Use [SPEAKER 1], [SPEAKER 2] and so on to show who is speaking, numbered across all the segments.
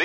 [SPEAKER 1] af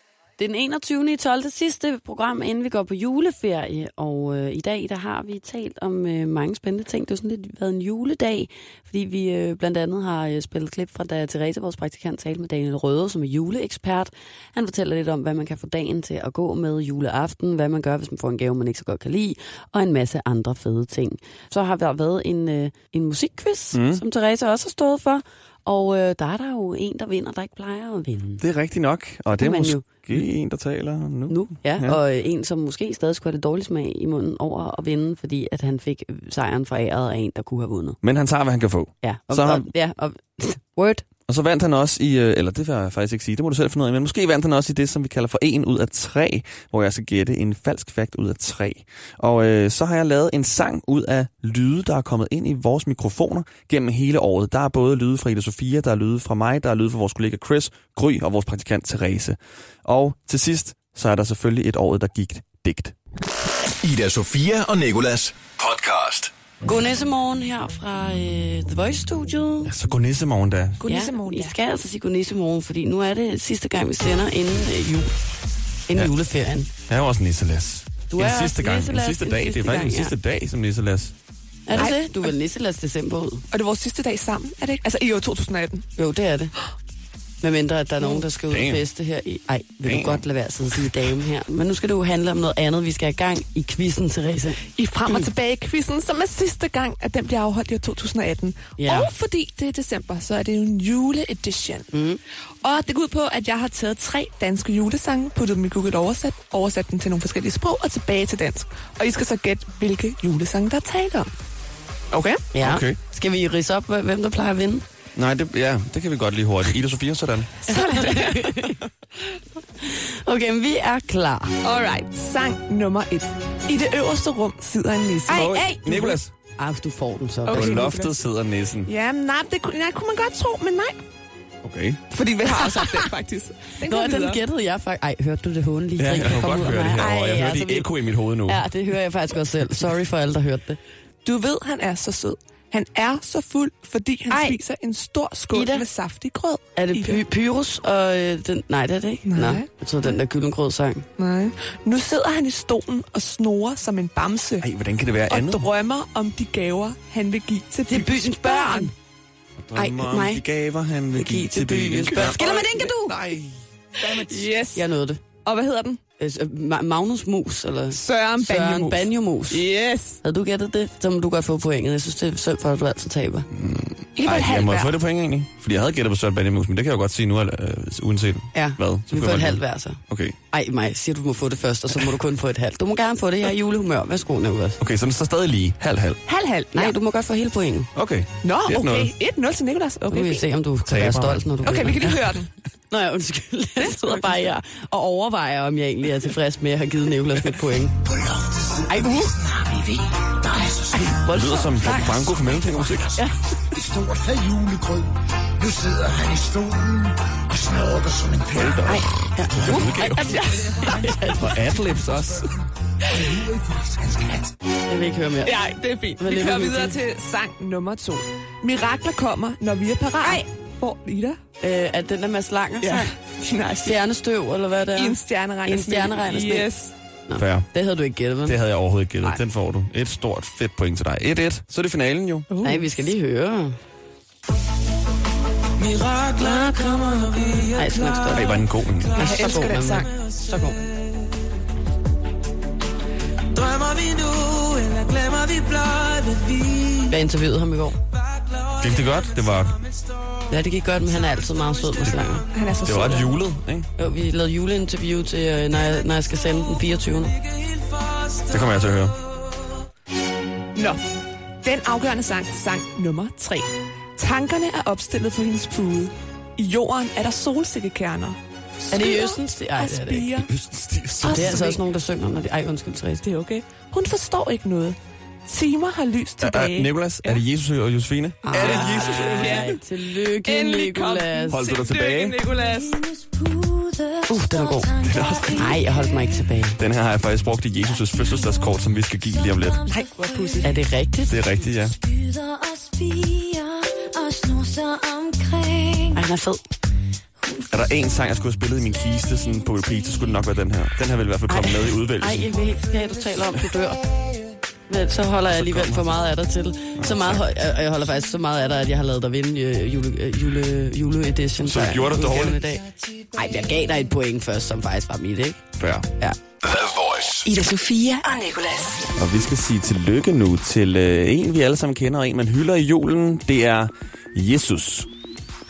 [SPEAKER 2] Det er den 21. i 12. Det sidste program, inden vi går på juleferie. Og øh, i dag, der har vi talt om øh, mange spændende ting. Det har sådan lidt været en juledag, fordi vi øh, blandt andet har øh, spillet klip fra, da Therese, vores praktikant, talte med Daniel Røde, som er juleekspert. Han fortæller lidt om, hvad man kan få dagen til at gå med juleaften, hvad man gør, hvis man får en gave, man ikke så godt kan lide, og en masse andre fede ting. Så har der været en, øh, en musikquiz, mm. som Therese også har stået for. Og øh, der er der jo en, der vinder, der ikke plejer at vinde.
[SPEAKER 3] Det er rigtigt nok, og det
[SPEAKER 2] kan
[SPEAKER 3] er
[SPEAKER 2] man
[SPEAKER 3] måske
[SPEAKER 2] jo.
[SPEAKER 3] en, der taler nu.
[SPEAKER 2] nu. Ja,
[SPEAKER 3] Ja.
[SPEAKER 2] ja. Og øh, en, som måske stadig skulle have det dårlige smag i munden over at vinde, fordi at han fik øh, sejren fra æret af en, der kunne have vundet.
[SPEAKER 3] Men han tager, hvad han kan få.
[SPEAKER 2] Ja, og,
[SPEAKER 3] Så har-
[SPEAKER 2] og, ja, og word.
[SPEAKER 3] Og så vandt han også i, øh, eller det vil jeg faktisk ikke sige, det må du selv finde ud af, men måske vandt han også i det, som vi kalder for en ud af tre, hvor jeg skal gætte en falsk fakt ud af tre. Og øh, så har jeg lavet en sang ud af lyde, der er kommet ind i vores mikrofoner gennem hele året. Der er både lyde fra Ida Sofia, der er lyde fra mig, der er lyde fra vores kollega Chris, Gry og vores praktikant Therese. Og til sidst, så er der selvfølgelig et året, der gik digt.
[SPEAKER 1] Ida Sofia og Nikolas podcast.
[SPEAKER 2] God næssemorgen her fra øh, The Voice Studio.
[SPEAKER 3] Så god næssemorgen da.
[SPEAKER 4] Godnissemorgen,
[SPEAKER 2] ja. I
[SPEAKER 4] ja.
[SPEAKER 2] skal altså sige god næssemorgen, fordi nu er det sidste gang, vi sender inden øh, jul. Inden ja. juleferien.
[SPEAKER 3] Jeg er jo også nisselas.
[SPEAKER 2] Du
[SPEAKER 3] en
[SPEAKER 2] er også
[SPEAKER 3] sidste gang,
[SPEAKER 2] nisselas,
[SPEAKER 3] en sidste
[SPEAKER 2] en
[SPEAKER 3] dag.
[SPEAKER 2] sidste
[SPEAKER 3] det er faktisk
[SPEAKER 2] gang,
[SPEAKER 3] en sidste dag som nisselas.
[SPEAKER 2] Er det
[SPEAKER 4] Nej.
[SPEAKER 2] det? Du vil nisselas december ud.
[SPEAKER 4] Og det er vores sidste dag sammen, er det ikke? Altså i år 2018.
[SPEAKER 2] Jo, det er det. Med mindre, at der er nogen, der skal ud og
[SPEAKER 3] Damn.
[SPEAKER 2] feste her i... Ej, vil du
[SPEAKER 3] Damn.
[SPEAKER 2] godt lade være at sidde og sige dame her. Men nu skal det jo handle om noget andet. Vi skal have gang i quizzen, Therese.
[SPEAKER 4] I frem og tilbage quizzen, som er sidste gang, at den bliver afholdt i år 2018.
[SPEAKER 2] Ja.
[SPEAKER 4] Og fordi det er december, så er det jo en juleedition. Mm. Og det går ud på, at jeg har taget tre danske julesange, puttet dem i Google Oversat, oversat dem til nogle forskellige sprog og tilbage til dansk. Og I skal så gætte, hvilke julesange der er tale om. Okay?
[SPEAKER 2] Ja.
[SPEAKER 3] Okay.
[SPEAKER 2] Skal vi rise op, hvem der plejer at vinde?
[SPEAKER 3] Nej, det, ja, det kan vi godt lige hurtigt. Ida Sofia, sådan.
[SPEAKER 2] Okay, men vi er klar.
[SPEAKER 4] Alright. Sang nummer et. I det øverste rum sidder en nisse.
[SPEAKER 2] Ej, ej!
[SPEAKER 3] Nikolas,
[SPEAKER 2] Ej, du får den så.
[SPEAKER 3] på
[SPEAKER 4] Okay.
[SPEAKER 3] loftet sidder nissen.
[SPEAKER 4] Jamen, nej, det kunne, nej, kunne man godt tro, men nej.
[SPEAKER 3] Okay.
[SPEAKER 4] Fordi vi har også haft den, faktisk. Den
[SPEAKER 2] Nå,
[SPEAKER 4] går
[SPEAKER 2] den
[SPEAKER 4] videre.
[SPEAKER 2] gættede jeg faktisk. Ej, hørte du det håndelige?
[SPEAKER 3] Ja,
[SPEAKER 2] grin,
[SPEAKER 3] jeg
[SPEAKER 2] der
[SPEAKER 3] kan
[SPEAKER 2] kom
[SPEAKER 3] godt
[SPEAKER 2] ud af
[SPEAKER 3] høre det
[SPEAKER 2] mig?
[SPEAKER 3] her.
[SPEAKER 2] Ej,
[SPEAKER 3] Og jeg hører
[SPEAKER 2] altså,
[SPEAKER 3] det
[SPEAKER 2] vi-
[SPEAKER 3] ekko i mit hoved nu.
[SPEAKER 2] Ja, det hører jeg faktisk også selv. Sorry for alle, der hørte det.
[SPEAKER 4] Du ved, han er så sød. Han er så fuld, fordi han
[SPEAKER 2] Ej.
[SPEAKER 4] Ej. spiser en stor skål
[SPEAKER 2] Ida.
[SPEAKER 4] Ida. med saftig grød.
[SPEAKER 2] Er det
[SPEAKER 4] Ida.
[SPEAKER 2] py- Pyrus og øh, den... Nej, det er det ikke.
[SPEAKER 4] Nej.
[SPEAKER 2] Nå, jeg troede, den der gyldengrød-sang.
[SPEAKER 4] Nej. Nu sidder han i stolen og snorer som en bamse.
[SPEAKER 3] Ej, hvordan kan det være
[SPEAKER 4] og
[SPEAKER 3] andet?
[SPEAKER 4] drømmer om de gaver, han vil give til
[SPEAKER 2] Det er byens børn. Ej,
[SPEAKER 3] Drømmer om
[SPEAKER 2] mig.
[SPEAKER 3] De gaver, han vil give til byens børn.
[SPEAKER 2] Skiller med den, kan du?
[SPEAKER 3] Nej.
[SPEAKER 4] Yes.
[SPEAKER 2] Jeg nåede det.
[SPEAKER 4] Og hvad hedder den?
[SPEAKER 2] Øh, Ma- Magnus Mus, eller Søren
[SPEAKER 4] Søren Banjemus.
[SPEAKER 2] Banjomus.
[SPEAKER 4] Yes.
[SPEAKER 2] Havde du gættet det, så må du godt få pointet. Jeg synes, det er synd for, at du altid taber.
[SPEAKER 4] Ikke et
[SPEAKER 3] Ej, jeg
[SPEAKER 4] halvt
[SPEAKER 3] må
[SPEAKER 4] værd.
[SPEAKER 3] få det point egentlig. Fordi jeg havde gættet på Søren Bandemus, men det kan jeg jo godt sige nu, eller, øh, uanset
[SPEAKER 2] Ja,
[SPEAKER 3] hvad.
[SPEAKER 2] vi
[SPEAKER 3] kan
[SPEAKER 2] får
[SPEAKER 3] jeg
[SPEAKER 2] et
[SPEAKER 3] godt
[SPEAKER 2] halvt
[SPEAKER 3] lide.
[SPEAKER 2] hver så.
[SPEAKER 3] Okay.
[SPEAKER 2] Ej, mig, siger du må få det først, og så må du kun få et halvt. Du må gerne få det, jeg er i julehumør. Værsgo, Nicolas.
[SPEAKER 3] Okay, så den står stadig lige. Halv, halv.
[SPEAKER 4] Halv, halv.
[SPEAKER 2] Nej,
[SPEAKER 4] Ja.
[SPEAKER 2] du må godt få hele pointet.
[SPEAKER 3] Okay.
[SPEAKER 4] Nå,
[SPEAKER 3] Det er
[SPEAKER 4] okay.
[SPEAKER 3] noget.
[SPEAKER 4] 1-0 til Nikolas.
[SPEAKER 2] Nu
[SPEAKER 4] Okay,
[SPEAKER 2] vil vi
[SPEAKER 4] fint.
[SPEAKER 2] se, om du kan
[SPEAKER 3] Taber.
[SPEAKER 2] være stolt, når du
[SPEAKER 4] Okay, vi
[SPEAKER 2] vinder.
[SPEAKER 4] kan lige høre den.
[SPEAKER 2] Nå, ja, undskyld. Jeg sidder bare her og overvejer, om jeg egentlig er tilfreds med, at jeg har givet Nicolas mit point. Ej, uh. Ej,
[SPEAKER 3] Det lyder
[SPEAKER 2] voldsomt.
[SPEAKER 3] som Bango for mellemfingermusik.
[SPEAKER 5] et stort fad julegrød. Nu sidder han i stolen og snorker som en
[SPEAKER 3] Hold
[SPEAKER 5] pæl.
[SPEAKER 3] da op.
[SPEAKER 2] Ja, uh. Ej, altså,
[SPEAKER 3] Og adlibs også.
[SPEAKER 2] Jeg vil ikke høre mere.
[SPEAKER 4] Ja, det er fint.
[SPEAKER 2] Hvad
[SPEAKER 4] Vi
[SPEAKER 2] lever
[SPEAKER 4] kører
[SPEAKER 2] vi
[SPEAKER 4] videre
[SPEAKER 2] til?
[SPEAKER 4] til sang nummer to. Mirakler kommer, når vi er parat. Nej. Hvor Ida?
[SPEAKER 2] Øh, er den der Mads Langer sang?
[SPEAKER 4] Nice.
[SPEAKER 2] Stjernestøv, eller hvad det er?
[SPEAKER 4] I en stjerneregn.
[SPEAKER 2] I en stjerneregnersne.
[SPEAKER 4] Yes.
[SPEAKER 3] Fair.
[SPEAKER 2] Det havde du ikke gættet, vel?
[SPEAKER 3] Det havde jeg overhovedet ikke gættet.
[SPEAKER 2] Nej.
[SPEAKER 3] Den får du. Et stort fedt point til dig. 1-1. Så er det finalen jo.
[SPEAKER 4] Uh.
[SPEAKER 2] Nej, vi skal lige høre.
[SPEAKER 6] Mirakler kommer, når vi
[SPEAKER 2] Nej,
[SPEAKER 6] er
[SPEAKER 2] snak
[SPEAKER 6] klar.
[SPEAKER 2] stop.
[SPEAKER 3] Ej, var den god. egentlig.
[SPEAKER 4] Jeg elsker den sang.
[SPEAKER 2] Så god.
[SPEAKER 6] Drømmer vi nu, eller glemmer vi blot, at vi
[SPEAKER 2] Jeg interviewede ham i går.
[SPEAKER 3] Gik det godt? Det var,
[SPEAKER 2] Ja, det gik godt, men han er altid meget sød med slanger.
[SPEAKER 4] Han er så
[SPEAKER 3] det
[SPEAKER 4] sød.
[SPEAKER 3] var ret julet, ikke?
[SPEAKER 2] Jo, vi lavede juleinterview til, øh, når jeg, når jeg skal sende den 24.
[SPEAKER 3] Det kommer jeg til at høre.
[SPEAKER 4] Nå. Den afgørende sang, sang nummer 3. Tankerne er opstillet på hendes pude. I jorden er der solsikkekerner.
[SPEAKER 2] Er det i
[SPEAKER 4] Skyer
[SPEAKER 2] Østens? Det- Ej,
[SPEAKER 4] og
[SPEAKER 2] det er det ikke.
[SPEAKER 4] spiger.
[SPEAKER 3] Østenstil.
[SPEAKER 4] Og
[SPEAKER 2] Det er altså
[SPEAKER 4] sving.
[SPEAKER 2] også nogen, der synger, når de... Ej, undskyld, Therese.
[SPEAKER 4] Det er okay. Hun forstår ikke noget. Timer har lys tilbage.
[SPEAKER 3] Uh, Nikolas, er det Jesus og Josefine?
[SPEAKER 2] Ah.
[SPEAKER 3] Er det Jesus?
[SPEAKER 2] Ej, tillykke,
[SPEAKER 4] Endelig kom den.
[SPEAKER 2] Nicolas.
[SPEAKER 3] Holdt du dig
[SPEAKER 4] Tillykke,
[SPEAKER 3] tilbage?
[SPEAKER 4] Nicolas.
[SPEAKER 7] Hendes pude Uh, den er god. Den er også
[SPEAKER 8] Nej, jeg holdt mig ikke tilbage.
[SPEAKER 3] Den her har jeg faktisk brugt i Jesus' fødselsdagskort, som vi skal give lige om lidt.
[SPEAKER 8] Nej, hvor pudsigt. Er det rigtigt?
[SPEAKER 3] Det er rigtigt, ja.
[SPEAKER 7] Spyder og spiger og snuser omkring.
[SPEAKER 8] Ej, den er fed.
[SPEAKER 3] Er der en sang, jeg skulle have spillet i min kiste sådan på repeat, så skulle det nok være den her. Den her vil i hvert fald komme med i
[SPEAKER 2] Ej,
[SPEAKER 3] udvælgelsen.
[SPEAKER 2] jeg vil ikke have, at du taler om, du dør. Men så holder jeg alligevel for meget af dig til. Så meget, høj- og jeg holder faktisk så meget af dig, at jeg har lavet dig vinde øh, jule, øh, jule, jule edition.
[SPEAKER 3] Så du gjorde dig dårligt?
[SPEAKER 2] Nej, jeg gav dig et point først, som faktisk var mit, ikke?
[SPEAKER 3] Før.
[SPEAKER 2] Ja.
[SPEAKER 1] The Voice.
[SPEAKER 9] Ida Sofia og Nicolas.
[SPEAKER 3] Og vi skal sige tillykke nu til øh, en, vi alle sammen kender, og en, man hylder i julen. Det er Jesus.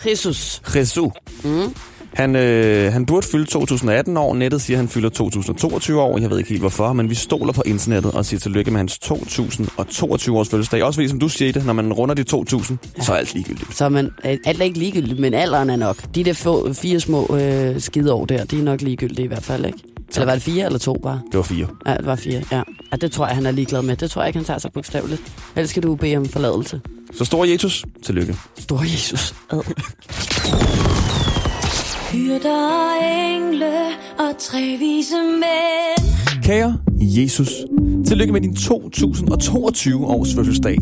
[SPEAKER 2] Jesus.
[SPEAKER 3] Jesus. Mm. Han, øh, han burde fylde 2018 år. Nettet siger, at han fylder 2022 år. Jeg ved ikke helt hvorfor, men vi stoler på internettet og siger tillykke med hans 2022 års fødselsdag. Også fordi, som du siger det, når man runder de 2000, så er alt ligegyldigt.
[SPEAKER 2] Så er man, øh, alt er ikke ligegyldigt, men alderen er nok. De der få, fire små øh, skideår der, de er nok ligegyldige i hvert fald, ikke? Eller var det fire eller to bare?
[SPEAKER 3] Det var fire.
[SPEAKER 2] Ja, det var fire, ja. ja. det tror jeg, han er ligeglad med. Det tror jeg ikke, han tager sig bogstaveligt. Ellers skal du bede om forladelse.
[SPEAKER 3] Så stor Jesus, tillykke.
[SPEAKER 2] Stor Jesus. Ad.
[SPEAKER 7] Hyrder og engle og tre vise mænd.
[SPEAKER 3] Kære Jesus, tillykke med din 2022 års fødselsdag.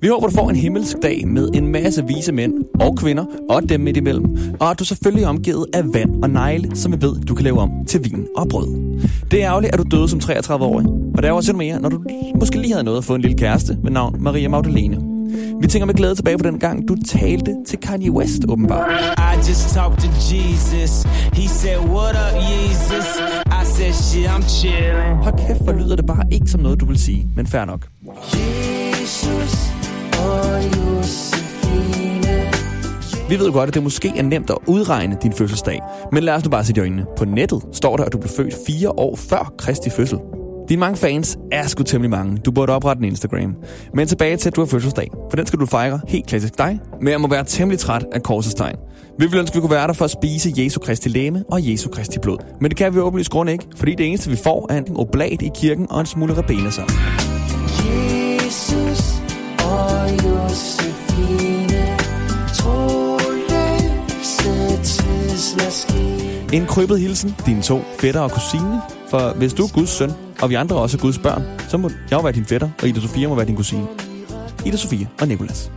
[SPEAKER 3] Vi håber, du får en himmelsk dag med en masse vise mænd og kvinder og dem midt imellem. Og at du selvfølgelig er omgivet af vand og negle, som vi ved, du kan lave om til vin og brød. Det er ærgerligt, at du døde som 33-årig. Og der er også endnu mere, når du måske lige havde noget at få en lille kæreste med navn Maria Magdalene. Vi tænker med glæde tilbage på den gang, du talte til Kanye West åbenbart.
[SPEAKER 6] I just talked to Jesus. He said, What up, Jesus? I said, Shit, I'm chillin'.
[SPEAKER 3] Hold kæft, hvor lyder det bare ikke som noget, du vil sige, men fair nok.
[SPEAKER 6] Jesus, oh, Josefine.
[SPEAKER 3] Vi ved jo godt, at det måske er nemt at udregne din fødselsdag. Men lad os nu bare se i øjnene. På nettet står der, at du blev født fire år før Kristi fødsel. Dine mange fans er sgu temmelig mange. Du burde oprette en Instagram. Men tilbage til, at du har fødselsdag. For den skal du fejre helt klassisk dig. Men jeg må være temmelig træt af korsets tegn. Vi ville ønske, at vi kunne være der for at spise Jesu Kristi læme og Jesu Kristi blod. Men det kan vi åbenlyst grund ikke, fordi det eneste, vi får, er en oblat i kirken og en smule rabena sammen.
[SPEAKER 6] Jesus, oh, Josefine. Troløse tidsmaskine.
[SPEAKER 3] En krybet hilsen, dine to fætter og kusine. For hvis du er Guds søn, og vi andre også er Guds børn, så må jeg jo være din fætter, og Ida Sofia må være din kusine. Ida Sofia og Nikolas.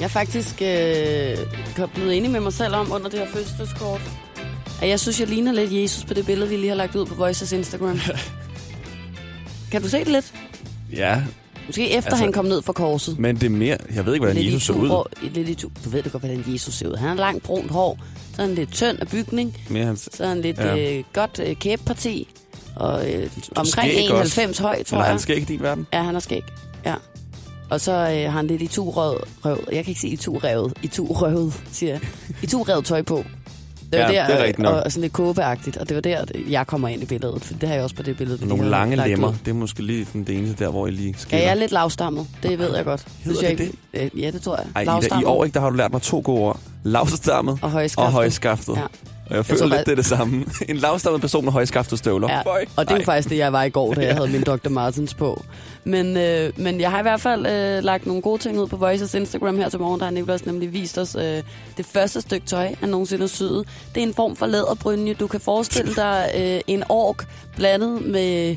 [SPEAKER 2] Jeg er faktisk øh, blevet enig med mig selv om under det her fødselskort, at jeg synes, jeg ligner lidt Jesus på det billede, vi lige har lagt ud på Voices Instagram. kan du se det lidt?
[SPEAKER 3] Ja,
[SPEAKER 2] Måske efter
[SPEAKER 3] Altså-
[SPEAKER 2] altså, han kom ned fra korset.
[SPEAKER 3] men det er mere... Jeg ved ikke, hvordan Jesus så
[SPEAKER 2] i
[SPEAKER 3] ud.
[SPEAKER 2] tuborg- lidt i tu- du ved det godt, hvordan Jesus ser ud. Han har langt brunt hår, så er han lidt tynd af bygning,
[SPEAKER 3] Mere hans...
[SPEAKER 2] så er han lidt
[SPEAKER 3] Ja.
[SPEAKER 2] ja. øh, godt øh, kæbeparti, og øh, omkring
[SPEAKER 3] Skæg også.
[SPEAKER 2] 91 høj, tror
[SPEAKER 3] Eller
[SPEAKER 2] jeg.
[SPEAKER 3] han skal ikke i din verden.
[SPEAKER 2] Ja, han har skæg. Ja. Og så øh, har han lidt i to rød, røv. Jeg kan ikke sige i to revet. I to røvet, siger jeg. I to revet tøj på. Det var
[SPEAKER 3] Ja,
[SPEAKER 2] der, øh,
[SPEAKER 3] det er rigtigt nok.
[SPEAKER 2] Og, og, sådan lidt kåbeagtigt. Og det var der, at jeg kommer ind i billedet. For det har jeg også på det billede. vi lige
[SPEAKER 3] Nogle
[SPEAKER 2] har
[SPEAKER 3] lange
[SPEAKER 2] lagt ud.
[SPEAKER 3] lemmer. Det er måske lige den det eneste der, hvor I lige skiller.
[SPEAKER 2] Ja, jeg er lidt lavstammet. Det ved jeg godt.
[SPEAKER 3] Hedder
[SPEAKER 2] synes jeg
[SPEAKER 3] det
[SPEAKER 2] ikke- Øh, Ja, det tror jeg.
[SPEAKER 3] Ej, Ida, i år ikke, der har du lært mig to gode ord. Lavstammet
[SPEAKER 2] Og højskaftet.
[SPEAKER 3] Og højskaftet.
[SPEAKER 2] Ja.
[SPEAKER 3] Og jeg
[SPEAKER 2] tror
[SPEAKER 3] føler lidt,
[SPEAKER 2] bare-
[SPEAKER 3] det er det samme. En lavstammet person med højskaftet støvler.
[SPEAKER 2] Ja,
[SPEAKER 3] Føj.
[SPEAKER 2] og det er
[SPEAKER 3] Ej.
[SPEAKER 2] jo faktisk det, jeg var i går, da jeg havde min Dr. Martens på. Men, øh, men jeg har i hvert fald øh, lagt nogle gode ting ud på Voices Instagram her til morgen. Der har Nicolas nemlig vist os øh, det første stykke tøj, han nogensinde har syet. Det er en form for læderbrynje. Du kan forestille dig øh, en ork blandet med...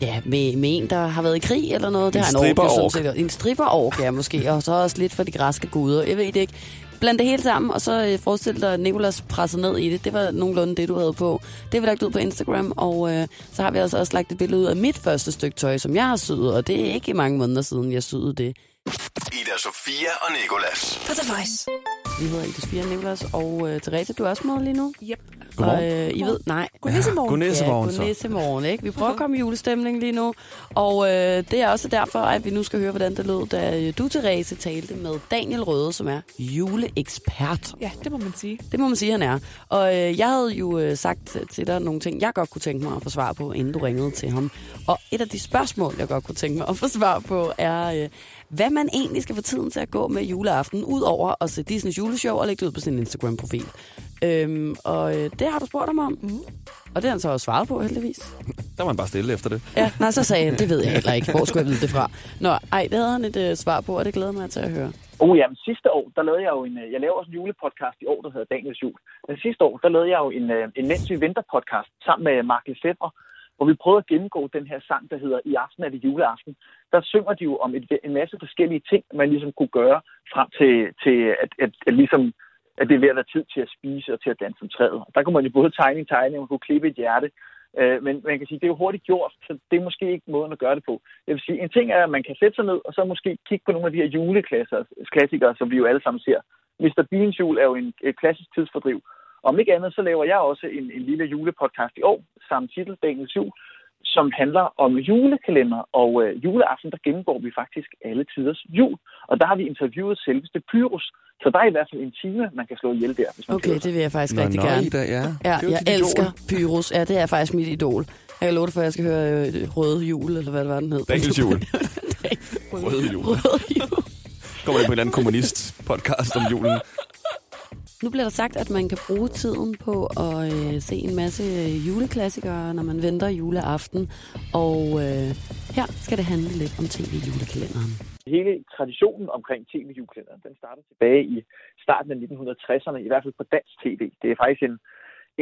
[SPEAKER 2] Ja, med, med en, der har været i krig eller noget. Det
[SPEAKER 3] En
[SPEAKER 2] har en ork, jo sådan
[SPEAKER 3] stripperork.
[SPEAKER 2] set. En stripperork, ja, måske. Og så også lidt for de græske guder. Jeg ved det ikke. Bland det hele sammen, og så øh, forestil dig, at Nicolas presser ned i det. Det var nogenlunde det, du havde på. Det har vi lagt ud på Instagram, og øh, så har vi altså også lagt et billede ud af mit første stykke tøj, som jeg har syet, og det er ikke mange måneder siden, jeg syede det.
[SPEAKER 1] Ida Sofia og Nikolas.
[SPEAKER 9] På The Voice.
[SPEAKER 2] Vi hedder Ida Sofia Nicolas, og øh, Therese, du er også med lige nu.
[SPEAKER 4] Yep.
[SPEAKER 3] Godmorgen.
[SPEAKER 2] Og, øh, I ved, nej.
[SPEAKER 4] Godnæssemorgen.
[SPEAKER 3] Godnæssemorgen,
[SPEAKER 2] ja,
[SPEAKER 3] så.
[SPEAKER 2] godnæssemorgen, ikke? Vi prøver at komme i julestemning lige nu, og øh, det er også derfor, at vi nu skal høre, hvordan det lød, da øh, du, Therese, talte med Daniel Røde, som er juleekspert.
[SPEAKER 4] Ja, det må man sige.
[SPEAKER 2] Det må man sige, han er. Og øh, jeg havde jo øh, sagt til dig nogle ting, jeg godt kunne tænke mig at få svar på, inden du ringede til ham. Og et af de spørgsmål, jeg godt kunne tænke mig at få svar på, er, øh, hvad man egentlig skal få tiden til at gå med juleaften, ud over at se Disney's juleshow og lægge det ud på sin Instagram-profil. Øhm, og øh, det har du spurgt ham om. Mm. Og det har han så også svaret på, heldigvis.
[SPEAKER 3] Der var han bare stille efter det.
[SPEAKER 2] Ja, nej, så sagde jeg, det ved jeg heller ikke. Hvor skulle jeg vide det fra? Nå, ej, det havde han et øh, svar på, og det glæder jeg mig til at høre.
[SPEAKER 10] Oh ja, men sidste år, der lavede jeg jo en... øh, Jeg laver også en julepodcast i år, der hedder Daniels Jul. Men sidste år, der lavede jeg jo en, øh, en Mens vi venter podcast sammen med Mark Lefebvre, hvor vi prøvede at gennemgå den her sang, der hedder I aften er det juleaften. Der synger de jo om et, en masse forskellige ting, man ligesom kunne gøre frem til, til at, at, at, ligesom, at det er ved at være tid til at spise og til at danse om træet. Og Der kunne man jo både tegne en tegning, man kunne klippe et hjerte, Øh, men man kan sige, det er jo hurtigt gjort, så det er måske ikke måden at gøre det på. Jeg vil sige, en ting er, at man kan sætte sig ned, og så måske kigge på nogle af de her juleklassikere, som vi jo alle sammen ser. Mr. Beans jul er jo en et klassisk tidsfordriv. Om ikke andet, så laver jeg også en, en lille julepodcast i år, samme titel, Dagens Jul, som handler om julekalender, og øh, juleaften, der gennemgår vi faktisk alle tiders jul. Og der har vi interviewet selveste Pyrus, så der er i hvert fald en time, man kan slå ihjel der, hvis man
[SPEAKER 2] Okay,
[SPEAKER 10] sidder
[SPEAKER 2] det vil jeg faktisk
[SPEAKER 3] Nå,
[SPEAKER 2] rigtig
[SPEAKER 3] nå,
[SPEAKER 2] gerne.
[SPEAKER 3] Ida, ja. Det
[SPEAKER 2] ja
[SPEAKER 3] er jo
[SPEAKER 2] jeg
[SPEAKER 3] dit idol.
[SPEAKER 2] elsker Pyrus. Ja, det er faktisk mit idol. Jeg kan love dig for, at jeg skal høre øh, Røde Jul, eller hvad det var, den hed.
[SPEAKER 3] Daniels jul. Røde
[SPEAKER 2] Røde
[SPEAKER 3] Jul.
[SPEAKER 2] Jul. Røde Jul.
[SPEAKER 3] Kommer det på en eller anden kommunist-podcast om julen?
[SPEAKER 2] Nu bliver der sagt, at man kan bruge tiden på at øh, se en masse øh, juleklassikere, når man venter juleaften. Og øh, her skal det handle lidt om tv-julekalenderen.
[SPEAKER 10] hele traditionen omkring tv-julekalenderen, den starter tilbage i starten af 1960'erne, i hvert fald på dansk tv. Det er faktisk en,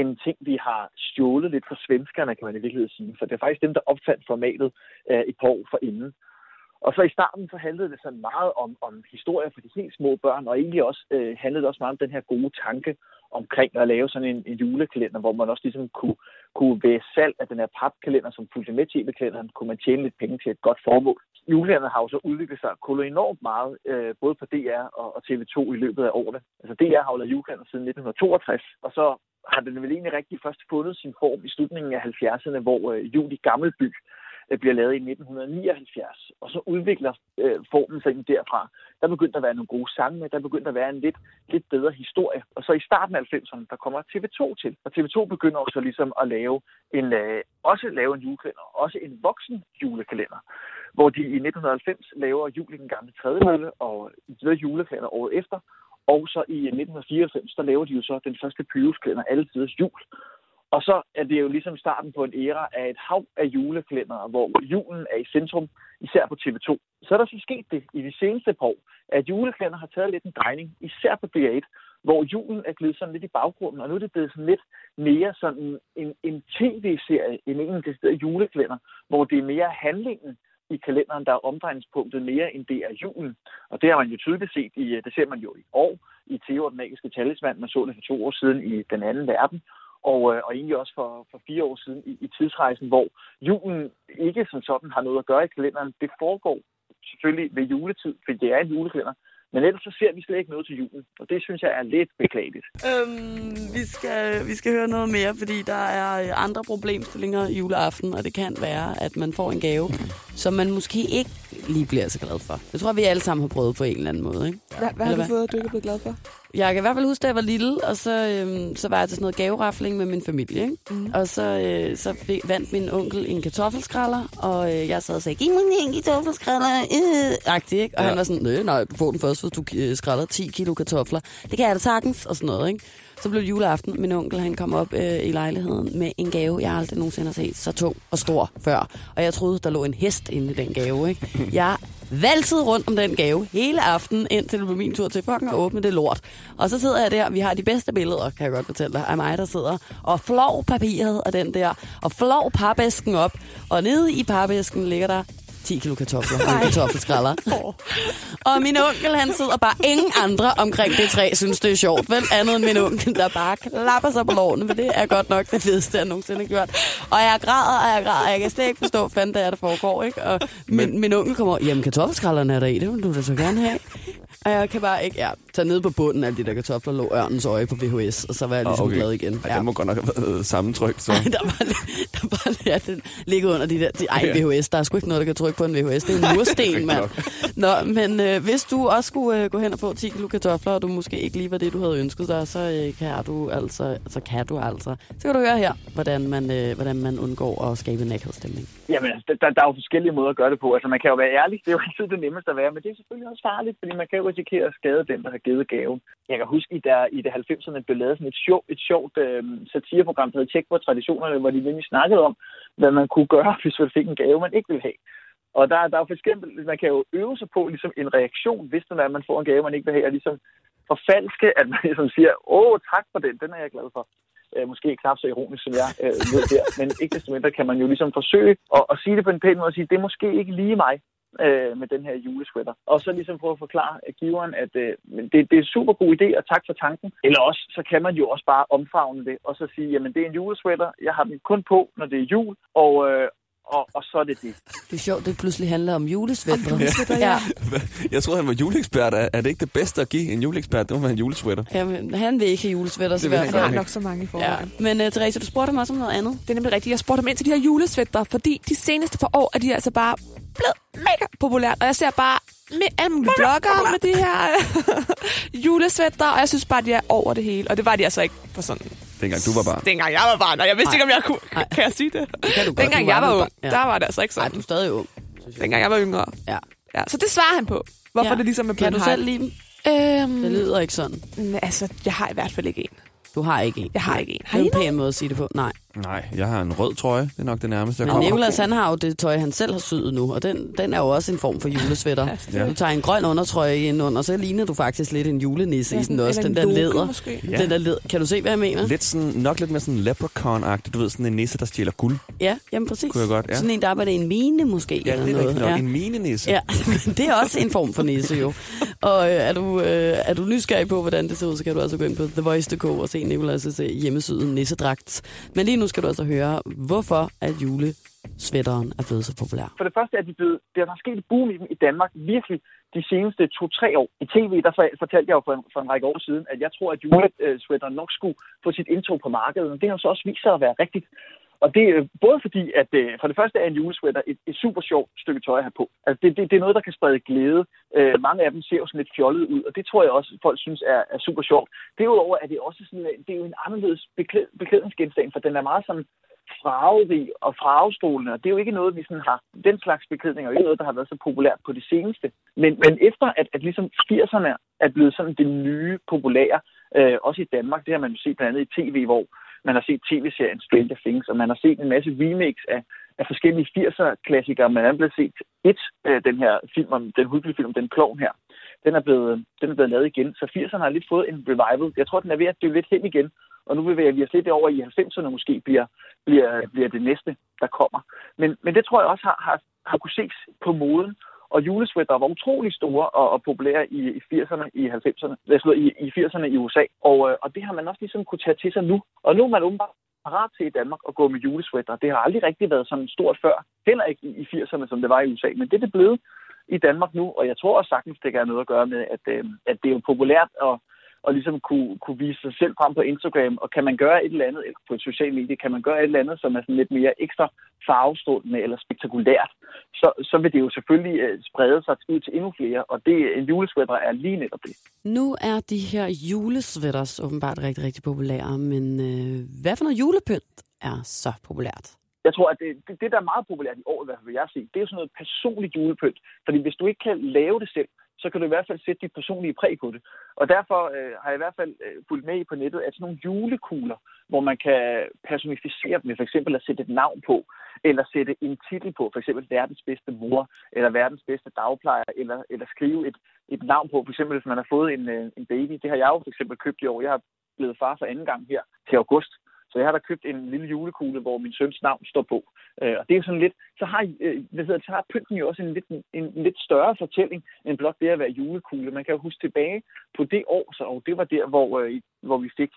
[SPEAKER 10] en ting, vi har stjålet lidt fra svenskerne, kan man i virkeligheden sige. For det er faktisk dem, der opfandt formatet øh, et par år forinden. Og så i starten, så handlede det sådan meget om, om historier for de helt små børn, og egentlig også øh, handlede det også meget om den her gode tanke omkring at lave sådan en, en julekalender, hvor man også ligesom kunne, kunne ved salg af den her papkalender, som fulgte med tv-kalenderen, kunne man tjene lidt penge til et godt formål. Julekalenderen har jo så udviklet sig kolossalt enormt meget, øh, både på DR og, og TV2 i løbet af årene. Altså DR har jo lavet julekalender siden 1962, og så har den vel egentlig rigtig først fundet sin form i slutningen af 70'erne, hvor øh, Jul i Gammelby øh, bliver lavet i 1979, og så udvikler øh, formen sig egentlig derfra. Der begyndte at være nogle gode sange, med, der begyndte at være en lidt, lidt bedre historie. Og så i starten af 90'erne, der kommer TV2 til, og TV2 begynder også ligesom at lave en, øh, også lave en julekalender, også en voksen julekalender, hvor de i 1990 laver jul i den gamle tredje og videre julekalender året efter, og så i 1994, der laver de jo så den første pyruskalender, alle tiders jul. Og så er det jo ligesom starten på en æra af et hav af julekalendere, hvor julen er i centrum, især på TV2. Så er der så sket det i de seneste par år, at julekalender har taget lidt en drejning, især på DR1, hvor julen er gledet sådan lidt i baggrunden, og nu er det blevet sådan lidt mere sådan en, en tv-serie end en decideret julekalender, hvor det er mere handlingen i kalenderen, der er omdrejningspunktet mere end det er julen. Og det har man jo tydeligt set, i, øh, det ser man jo i år i Theo og den magiske talisman, man så det for to år siden i Den anden verden, og, øh, og egentlig også for, for fire år siden i, i tidsrejsen, hvor julen ikke som sådan har noget at gøre i kalenderen. Det foregår selvfølgelig ved juletid, for det er en julekalender, men ellers så ser vi slet ikke noget til julen, og det synes jeg er lidt beklageligt.
[SPEAKER 2] Øhm, vi, skal, vi skal høre noget mere, fordi der er øh, andre problemstillinger juleaften, og det kan være, at man får en gave, som man måske ikke lige bliver så glad for. Det tror jeg, vi alle sammen har prøvet på en eller anden måde. Ikke?
[SPEAKER 4] Hvad, hvad har
[SPEAKER 2] Eller
[SPEAKER 4] du fået, du ikke er blevet glad for?
[SPEAKER 2] Jeg kan i hvert fald huske, da jeg var lille, og så, øhm, så var jeg til sådan noget gaverafling med min familie. Ikke? Mm. Og så, øh, så fik, vandt min onkel en kartoffelskralder, og øh, jeg sad og sagde, giv mig en kartoffelskralder, øh, agtig, ikke? Og ja. han var sådan, nej, nej, du får den først, hvis du øh, skræller 10 kilo kartofler. Det kan jeg da sagtens, og sådan noget. Ikke? Så blev det juleaften, min onkel han kom op øh, i lejligheden med en gave, jeg aldrig nogensinde har set så tung og stor før. Og jeg troede, der lå en hest inde i den gave. Ikke? Jeg valsede rundt om den gave hele aftenen, indtil det blev min tur til fucking at åbne det lort. Og så sidder jeg der, vi har de bedste billeder, kan jeg godt fortælle dig, af mig, der sidder og flår papiret og den der, og flår papæsken op, og nede i papæsken ligger der 10 kilo kartofler og en kartoffelskræller. og min onkel, han sidder bare ingen andre omkring det træ, synes det er sjovt. Hvem andet end min onkel, der bare klapper sig på lårene, for det er godt nok det fedeste, jeg nogensinde har gjort. Og jeg græder, og jeg græder, og jeg kan slet ikke forstå, hvad fanden det er, der foregår, ikke? Og min, min onkel kommer, jamen kartoffelskrallerne er der i, det vil du da så gerne have. Og jeg kan bare ikke, ja, tage ned på bunden af de der kartofler, lå ørnens øje på VHS, og så var jeg ligesom okay. glad igen.
[SPEAKER 3] Ja. Den må godt nok have været øh, sammentrykt, så.
[SPEAKER 2] Ej, der var, der var ja, den ligger under de der... De, ej, VHS, der er sgu ikke noget, der kan trykke på en VHS. Det er en mursten, mand. Nå, men øh, hvis du også skulle øh, gå hen og få 10 kilo kartofler, og du måske ikke lige var det, du havde ønsket dig, så øh, kan du altså... Så kan du altså. Så kan du høre her, hvordan man, øh, hvordan man undgår at skabe en akavet
[SPEAKER 10] Jamen, altså, der, der er jo forskellige måder at gøre det på. Altså, man kan jo være ærlig, det er jo altid det nemmeste at være, men det er selvfølgelig også farligt, fordi man kan jo risikere at skade den, der har givet gaven. Jeg kan huske, i, der, i det 90'erne blev lavet sådan et, sjov, et sjovt øh, satireprogram, der hed Tjek på traditionerne, hvor de nemlig snakkede om, hvad man kunne gøre, hvis man fik en gave, man ikke ville have. Og der, der er jo for eksempel, man kan jo øve sig på ligesom en reaktion, hvis den er, at man får en gave, man ikke vil have, og ligesom forfalske, at man ligesom siger, åh, tak for den, den er jeg glad for. Øh, måske ikke knap så ironisk, som jeg øh, ved her, men ikke desto mindre kan man jo ligesom forsøge at, at sige det på en pæn måde og sige, det er måske ikke lige mig øh, med den her julesweater. Og så ligesom prøve at forklare øh, giveren, at øh, men det, det er en super god idé, og tak for tanken. Eller også, så kan man jo også bare omfavne det, og så sige, jamen det er en julesweater, jeg har den kun på, når det er jul, og, øh, og, og så er det det.
[SPEAKER 8] Det er sjovt, det pludselig handler om julesvætter.
[SPEAKER 2] Ja.
[SPEAKER 3] Jeg troede, han var juleekspert. Er, er det ikke det bedste at give en juleekspert? Det må være en julesweater.
[SPEAKER 2] Jamen, han vil ikke have julesvætter, så i
[SPEAKER 3] Det vil
[SPEAKER 2] hvert
[SPEAKER 3] han
[SPEAKER 4] Der er
[SPEAKER 2] fald.
[SPEAKER 3] ikke.
[SPEAKER 4] nok så mange i
[SPEAKER 2] Ja.
[SPEAKER 4] forvejen.
[SPEAKER 2] Men uh, Therese, du spurgte mig også om noget andet.
[SPEAKER 4] Det er nemlig rigtigt. Jeg spurgte dem ind til de her julesvætter, fordi de seneste par år er de altså bare blevet mega populært. Og jeg ser bare med alle mulige bloggere med de her julesvætter, og jeg synes bare, de er over det hele. Og det var de altså ikke for sådan
[SPEAKER 3] Dengang du var barn.
[SPEAKER 4] dengang jeg var barn, og jeg vidste ikke, om jeg kunne... Kan jeg sige det? det
[SPEAKER 2] kan du godt.
[SPEAKER 4] dengang
[SPEAKER 2] Du
[SPEAKER 4] jeg
[SPEAKER 2] var
[SPEAKER 4] var
[SPEAKER 2] vel
[SPEAKER 4] ung,
[SPEAKER 2] barn, ja.
[SPEAKER 4] der var det altså ikke
[SPEAKER 2] Nej,
[SPEAKER 4] sådan.
[SPEAKER 2] du er stadig ung.
[SPEAKER 4] Dengang jeg var yngre.
[SPEAKER 2] Ja.
[SPEAKER 4] Ja, så det svarer han på. Hvorfor
[SPEAKER 2] ja.
[SPEAKER 4] det ligesom er
[SPEAKER 2] Kan
[SPEAKER 4] blevet
[SPEAKER 2] du
[SPEAKER 4] hype.
[SPEAKER 2] selv lide dem? Det
[SPEAKER 4] Øhm,
[SPEAKER 2] lyder ikke sådan.
[SPEAKER 4] men altså, jeg har i hvert fald ikke en.
[SPEAKER 2] Du har ikke en.
[SPEAKER 4] Jeg har ikke en.
[SPEAKER 2] Det er en pæn måde at sige det på. Nej.
[SPEAKER 3] Nej, jeg har en rød trøje. Det er nok det nærmeste, jeg
[SPEAKER 2] Men
[SPEAKER 3] kommer.
[SPEAKER 2] Nicolas, han har jo det tøj, han selv har syet nu, og den, den er jo også en form for julesvætter. ja. Du tager en grøn undertrøje ind under, så ligner du faktisk lidt en julenisse i den også. Den der læder.
[SPEAKER 3] Ja.
[SPEAKER 2] Ja. Den der led. Kan du se, hvad jeg mener?
[SPEAKER 3] Lidt sådan, nok lidt mere sådan leprechaun-agtigt. Du ved, sådan en nisse, der stjæler guld.
[SPEAKER 2] Ja, jamen præcis.
[SPEAKER 3] Kunne jeg godt, ja.
[SPEAKER 2] Sådan en, der arbejder i en mine måske.
[SPEAKER 3] Ja, det
[SPEAKER 2] eller
[SPEAKER 3] er
[SPEAKER 2] noget.
[SPEAKER 3] rigtigt nok. En minenisse.
[SPEAKER 2] Ja, men det er også en form for næse jo. Og øh, er, du, øh, er du nysgerrig på, hvordan det ser ud, så kan du altså gå ind på TheVoice.dk og se Nicolas' øh, hjemmeside Nissedragt. Men lige nu skal du altså høre, hvorfor at julesvætteren er blevet så populær.
[SPEAKER 10] For det første er de blevet, der er sket et boom i dem i Danmark virkelig de seneste 2-3 år. I tv, der for- fortalte jeg jo for en, for en række år siden, at jeg tror, at julesweater nok skulle få sit indtog på markedet, og det har jo så også vist sig at være rigtigt. Og det er både fordi, at øh, for det første er en julesweater et, et super sjovt stykke tøj at have på. Altså det, det, det er noget, der kan sprede glæde. Øh, mange af dem ser jo sådan lidt fjollet ud, og det tror jeg også, folk synes er, er super sjovt. Derudover er det også sådan, øh, det er jo en anderledes beklæd, beklædningsgenstand, for den er meget sådan farverig og farvestrålende, og det er jo ikke noget, vi sådan har. Den slags beklædning er jo ikke noget, der har været så populært på det seneste. Men, men efter at, at ligesom 80'erne er blevet sådan det nye populære, øh, også i Danmark, det har man jo set blandt andet i tv, hvor man har set tv-serien Stranger Things, og man har set en masse remakes af, af forskellige 80'er-klassikere. Man har blevet set et, øh, den her film, om, den hyggelige film, den klovn her. Den er, blevet, den er blevet lavet igen, så 80'erne har lidt fået en revival. Jeg tror, den er ved at dø lidt hen igen, og nu bevæger vi os lidt over i 90'erne måske bliver, bliver, bliver det næste, der kommer. Men, men det tror jeg også har, har, har kunne ses på moden. Og julesweater var utrolig store og, og populære i, i 80'erne, i 90'erne, lad os sige, i, i 80'erne i USA. Og, øh, og det har man også ligesom kunne tage til sig nu. Og nu er man åbenbart parat til i Danmark at gå med julesweater. Det har aldrig rigtig været sådan stort før. Heller ikke i, i 80'erne, som det var i USA. Men det er det blevet i Danmark nu, og jeg tror også sagtens, det kan have noget at gøre med, at, øh, at det er jo populært at, og ligesom kunne, kunne vise sig selv frem på Instagram, og kan man gøre et eller andet, eller på et socialt medie, kan man gøre et eller andet, som er sådan lidt mere ekstra farvestrålende eller spektakulært, så, så vil det jo selvfølgelig øh, sprede sig ud til endnu flere, og det en julesweater er lige netop det.
[SPEAKER 2] Nu er de her julesvætters åbenbart rigtig, rigtig populære, men øh, hvad for noget julepynt er så populært?
[SPEAKER 10] jeg tror, at det, det, det, der er meget populært i år, i hvert fald vil jeg sige, det er jo sådan noget personligt julepynt. Fordi hvis du ikke kan lave det selv, så kan du i hvert fald sætte dit personlige præg på det. Og derfor øh, har jeg i hvert fald øh, fulgt med i på nettet, at sådan nogle julekugler, hvor man kan personificere dem, med for eksempel at sætte et navn på, eller sætte en titel på, for eksempel verdens bedste mor, eller verdens bedste dagplejer, eller, eller skrive et, et navn på, for eksempel hvis man har fået en, øh, en baby. Det har jeg jo for eksempel købt i år. Jeg har blevet far for anden gang her til august. Så jeg har da købt en lille julekugle, hvor min søns navn står på. Øh, og det er jo sådan lidt, så har, øh, hvad hedder, det, så har pynten jo også en lidt, en, en lidt større fortælling, end blot det at være julekugle. Man kan jo huske tilbage på det år, så, og det var der, hvor, øh, hvor vi fik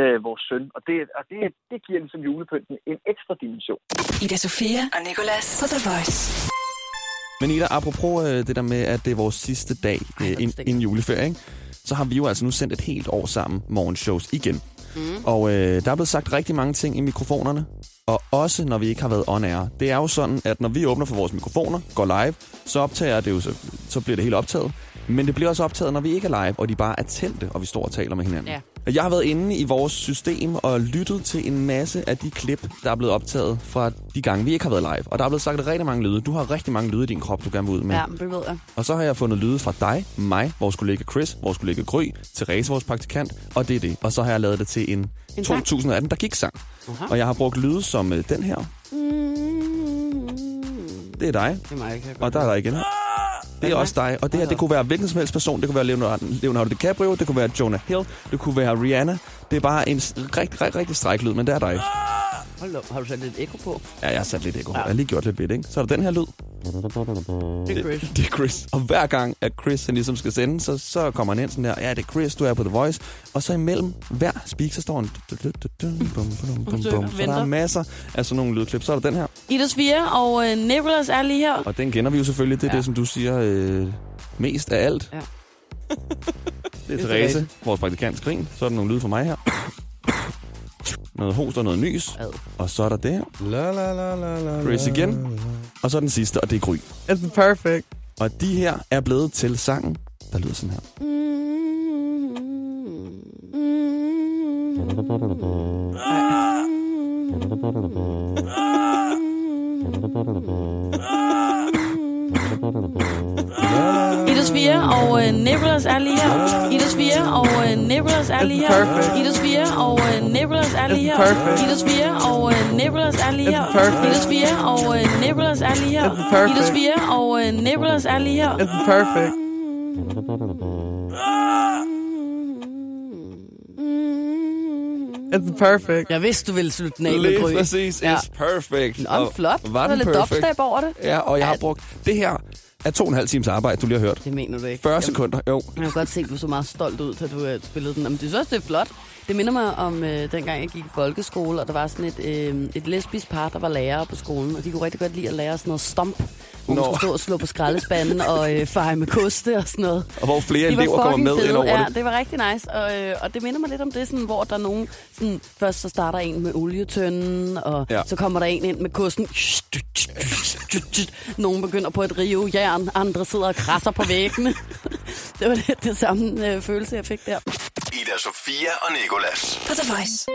[SPEAKER 10] øh, vores søn. Og, det, og det, det giver ligesom julepynten en ekstra dimension.
[SPEAKER 9] Ida Sofia og Nicolas på The Voice.
[SPEAKER 3] Men Ida, apropos øh, det der med, at det er vores sidste dag
[SPEAKER 2] Ej,
[SPEAKER 3] øh,
[SPEAKER 2] hvor
[SPEAKER 3] ind-
[SPEAKER 2] stinker.
[SPEAKER 3] inden juleferie, ikke? så har vi jo altså nu sendt et helt år sammen morgenshows igen. Mm. Og øh, der er blevet sagt rigtig mange ting i mikrofonerne, og også når vi ikke har været on air. Det er jo sådan, at når vi åbner for vores mikrofoner, går live, så optager det jo, så, så bliver det helt optaget. Men det bliver også optaget, når vi ikke er live, og de bare er tændte, og vi står og taler med hinanden.
[SPEAKER 2] Ja.
[SPEAKER 3] Jeg har været inde i vores system og lyttet til en masse af de klip, der er blevet optaget fra de gange, vi ikke har været live. Og der er blevet sagt rigtig mange lyde. Du har rigtig mange lyde i din krop, du gerne vil ud med.
[SPEAKER 7] Ja, det ved jeg.
[SPEAKER 3] Og så har jeg fundet lyde fra dig, mig, vores kollega Chris, vores kollega Gry, Therese, vores praktikant, og det er det. Og så har jeg lavet det til en,
[SPEAKER 7] En sang.
[SPEAKER 3] 2018, der gik sang.
[SPEAKER 7] Aha.
[SPEAKER 3] Og jeg har brugt lyde som øh, den her. Det er dig.
[SPEAKER 7] Mm. Det er mig, kan jeg Ah!
[SPEAKER 3] Og der er der igen. Det er også dig. Og det her, det kunne være hvilken som helst person. Det kunne være Leonardo, Leonardo DiCaprio, det kunne være Jonah Hill, det kunne være Rihanna. Det er bare en s- rigtig, rigtig, rigtig stræklyd, men det er dig.
[SPEAKER 2] Hold op, har du sat lidt ekko på?
[SPEAKER 3] Ja, jeg har sat lidt ekko. Jeg har lige gjort lidt ved det, ikke? Så er der den her lyd.
[SPEAKER 2] Det er Chris.
[SPEAKER 3] Det er Chris. Og hver gang, at Chris han ligesom skal sende, så, så kommer han ind sådan der, ja, det er Chris, du er på The Voice. Og så imellem hver speak, så står han... Så der er masser af sådan nogle lydklip. Så er der den her.
[SPEAKER 7] Ida Svier og øh, Nicholas er lige her.
[SPEAKER 3] Og den kender vi jo selvfølgelig. Det er ja. det, som du siger øh, mest af alt.
[SPEAKER 7] Ja.
[SPEAKER 3] det er Therese, vores praktikants grin. Så er der nogle lyde fra mig her. Noget host og noget nys.
[SPEAKER 2] Ad.
[SPEAKER 3] Og så er der det her.
[SPEAKER 6] La, la, la, la, la,
[SPEAKER 3] Grace igen. Og så den sidste, og det er Gry.
[SPEAKER 6] It's perfect.
[SPEAKER 3] Og de her er blevet til sangen, der lyder sådan her.
[SPEAKER 7] Ida Svier og øh, Nicholas er lige her. Ida Svier og øh, Nicholas er lige her. Ida Svier og øh, Nicholas er lige her. Ida Svier og øh, Nicholas er lige her. Ida Svier og øh, Nicholas er lige her. Ida Svier og øh, Nicholas er lige her.
[SPEAKER 6] It's perfect. It's perfect.
[SPEAKER 2] Jeg vidste, du ville slutte den af med Gry.
[SPEAKER 3] præcis.
[SPEAKER 2] Ja.
[SPEAKER 3] perfect.
[SPEAKER 2] Nå, men flot.
[SPEAKER 3] Var
[SPEAKER 2] Der
[SPEAKER 3] den
[SPEAKER 2] er lidt
[SPEAKER 3] perfect?
[SPEAKER 2] dubstep over det.
[SPEAKER 3] Ja, og jeg har brugt det her er to og en halv times arbejde, du lige har hørt.
[SPEAKER 2] Det mener du ikke.
[SPEAKER 3] 40
[SPEAKER 2] Jamen,
[SPEAKER 3] sekunder, jo.
[SPEAKER 2] Jeg kan godt se, at du så meget stolt ud, da du øh, spillede den. Men det synes også, det er flot. Det minder mig om øh, dengang, jeg gik i folkeskole, og der var sådan et, øh, et lesbisk par, der var lærere på skolen, og de kunne rigtig godt lide at lære sådan noget stomp, hvor man
[SPEAKER 3] Nå.
[SPEAKER 2] skulle stå og slå på skraldespanden og øh, feje med koste og sådan noget.
[SPEAKER 3] Og hvor flere
[SPEAKER 2] De var
[SPEAKER 3] elever kommer
[SPEAKER 2] fucking
[SPEAKER 3] med
[SPEAKER 2] fede.
[SPEAKER 3] ind over
[SPEAKER 2] ja,
[SPEAKER 3] det.
[SPEAKER 2] det var rigtig nice. Og, øh, og det minder mig lidt om det, sådan, hvor der er nogen... Sådan, først så starter en med olietønden, og
[SPEAKER 3] Ja.
[SPEAKER 2] ja. så kommer der en ind med kosten. Nogen begynder på et rivejern, andre sidder og krasser på væggene. det var lidt det samme øh, følelse, jeg fik der.
[SPEAKER 1] Ida Sofia og Nikolas.
[SPEAKER 9] På The Voice.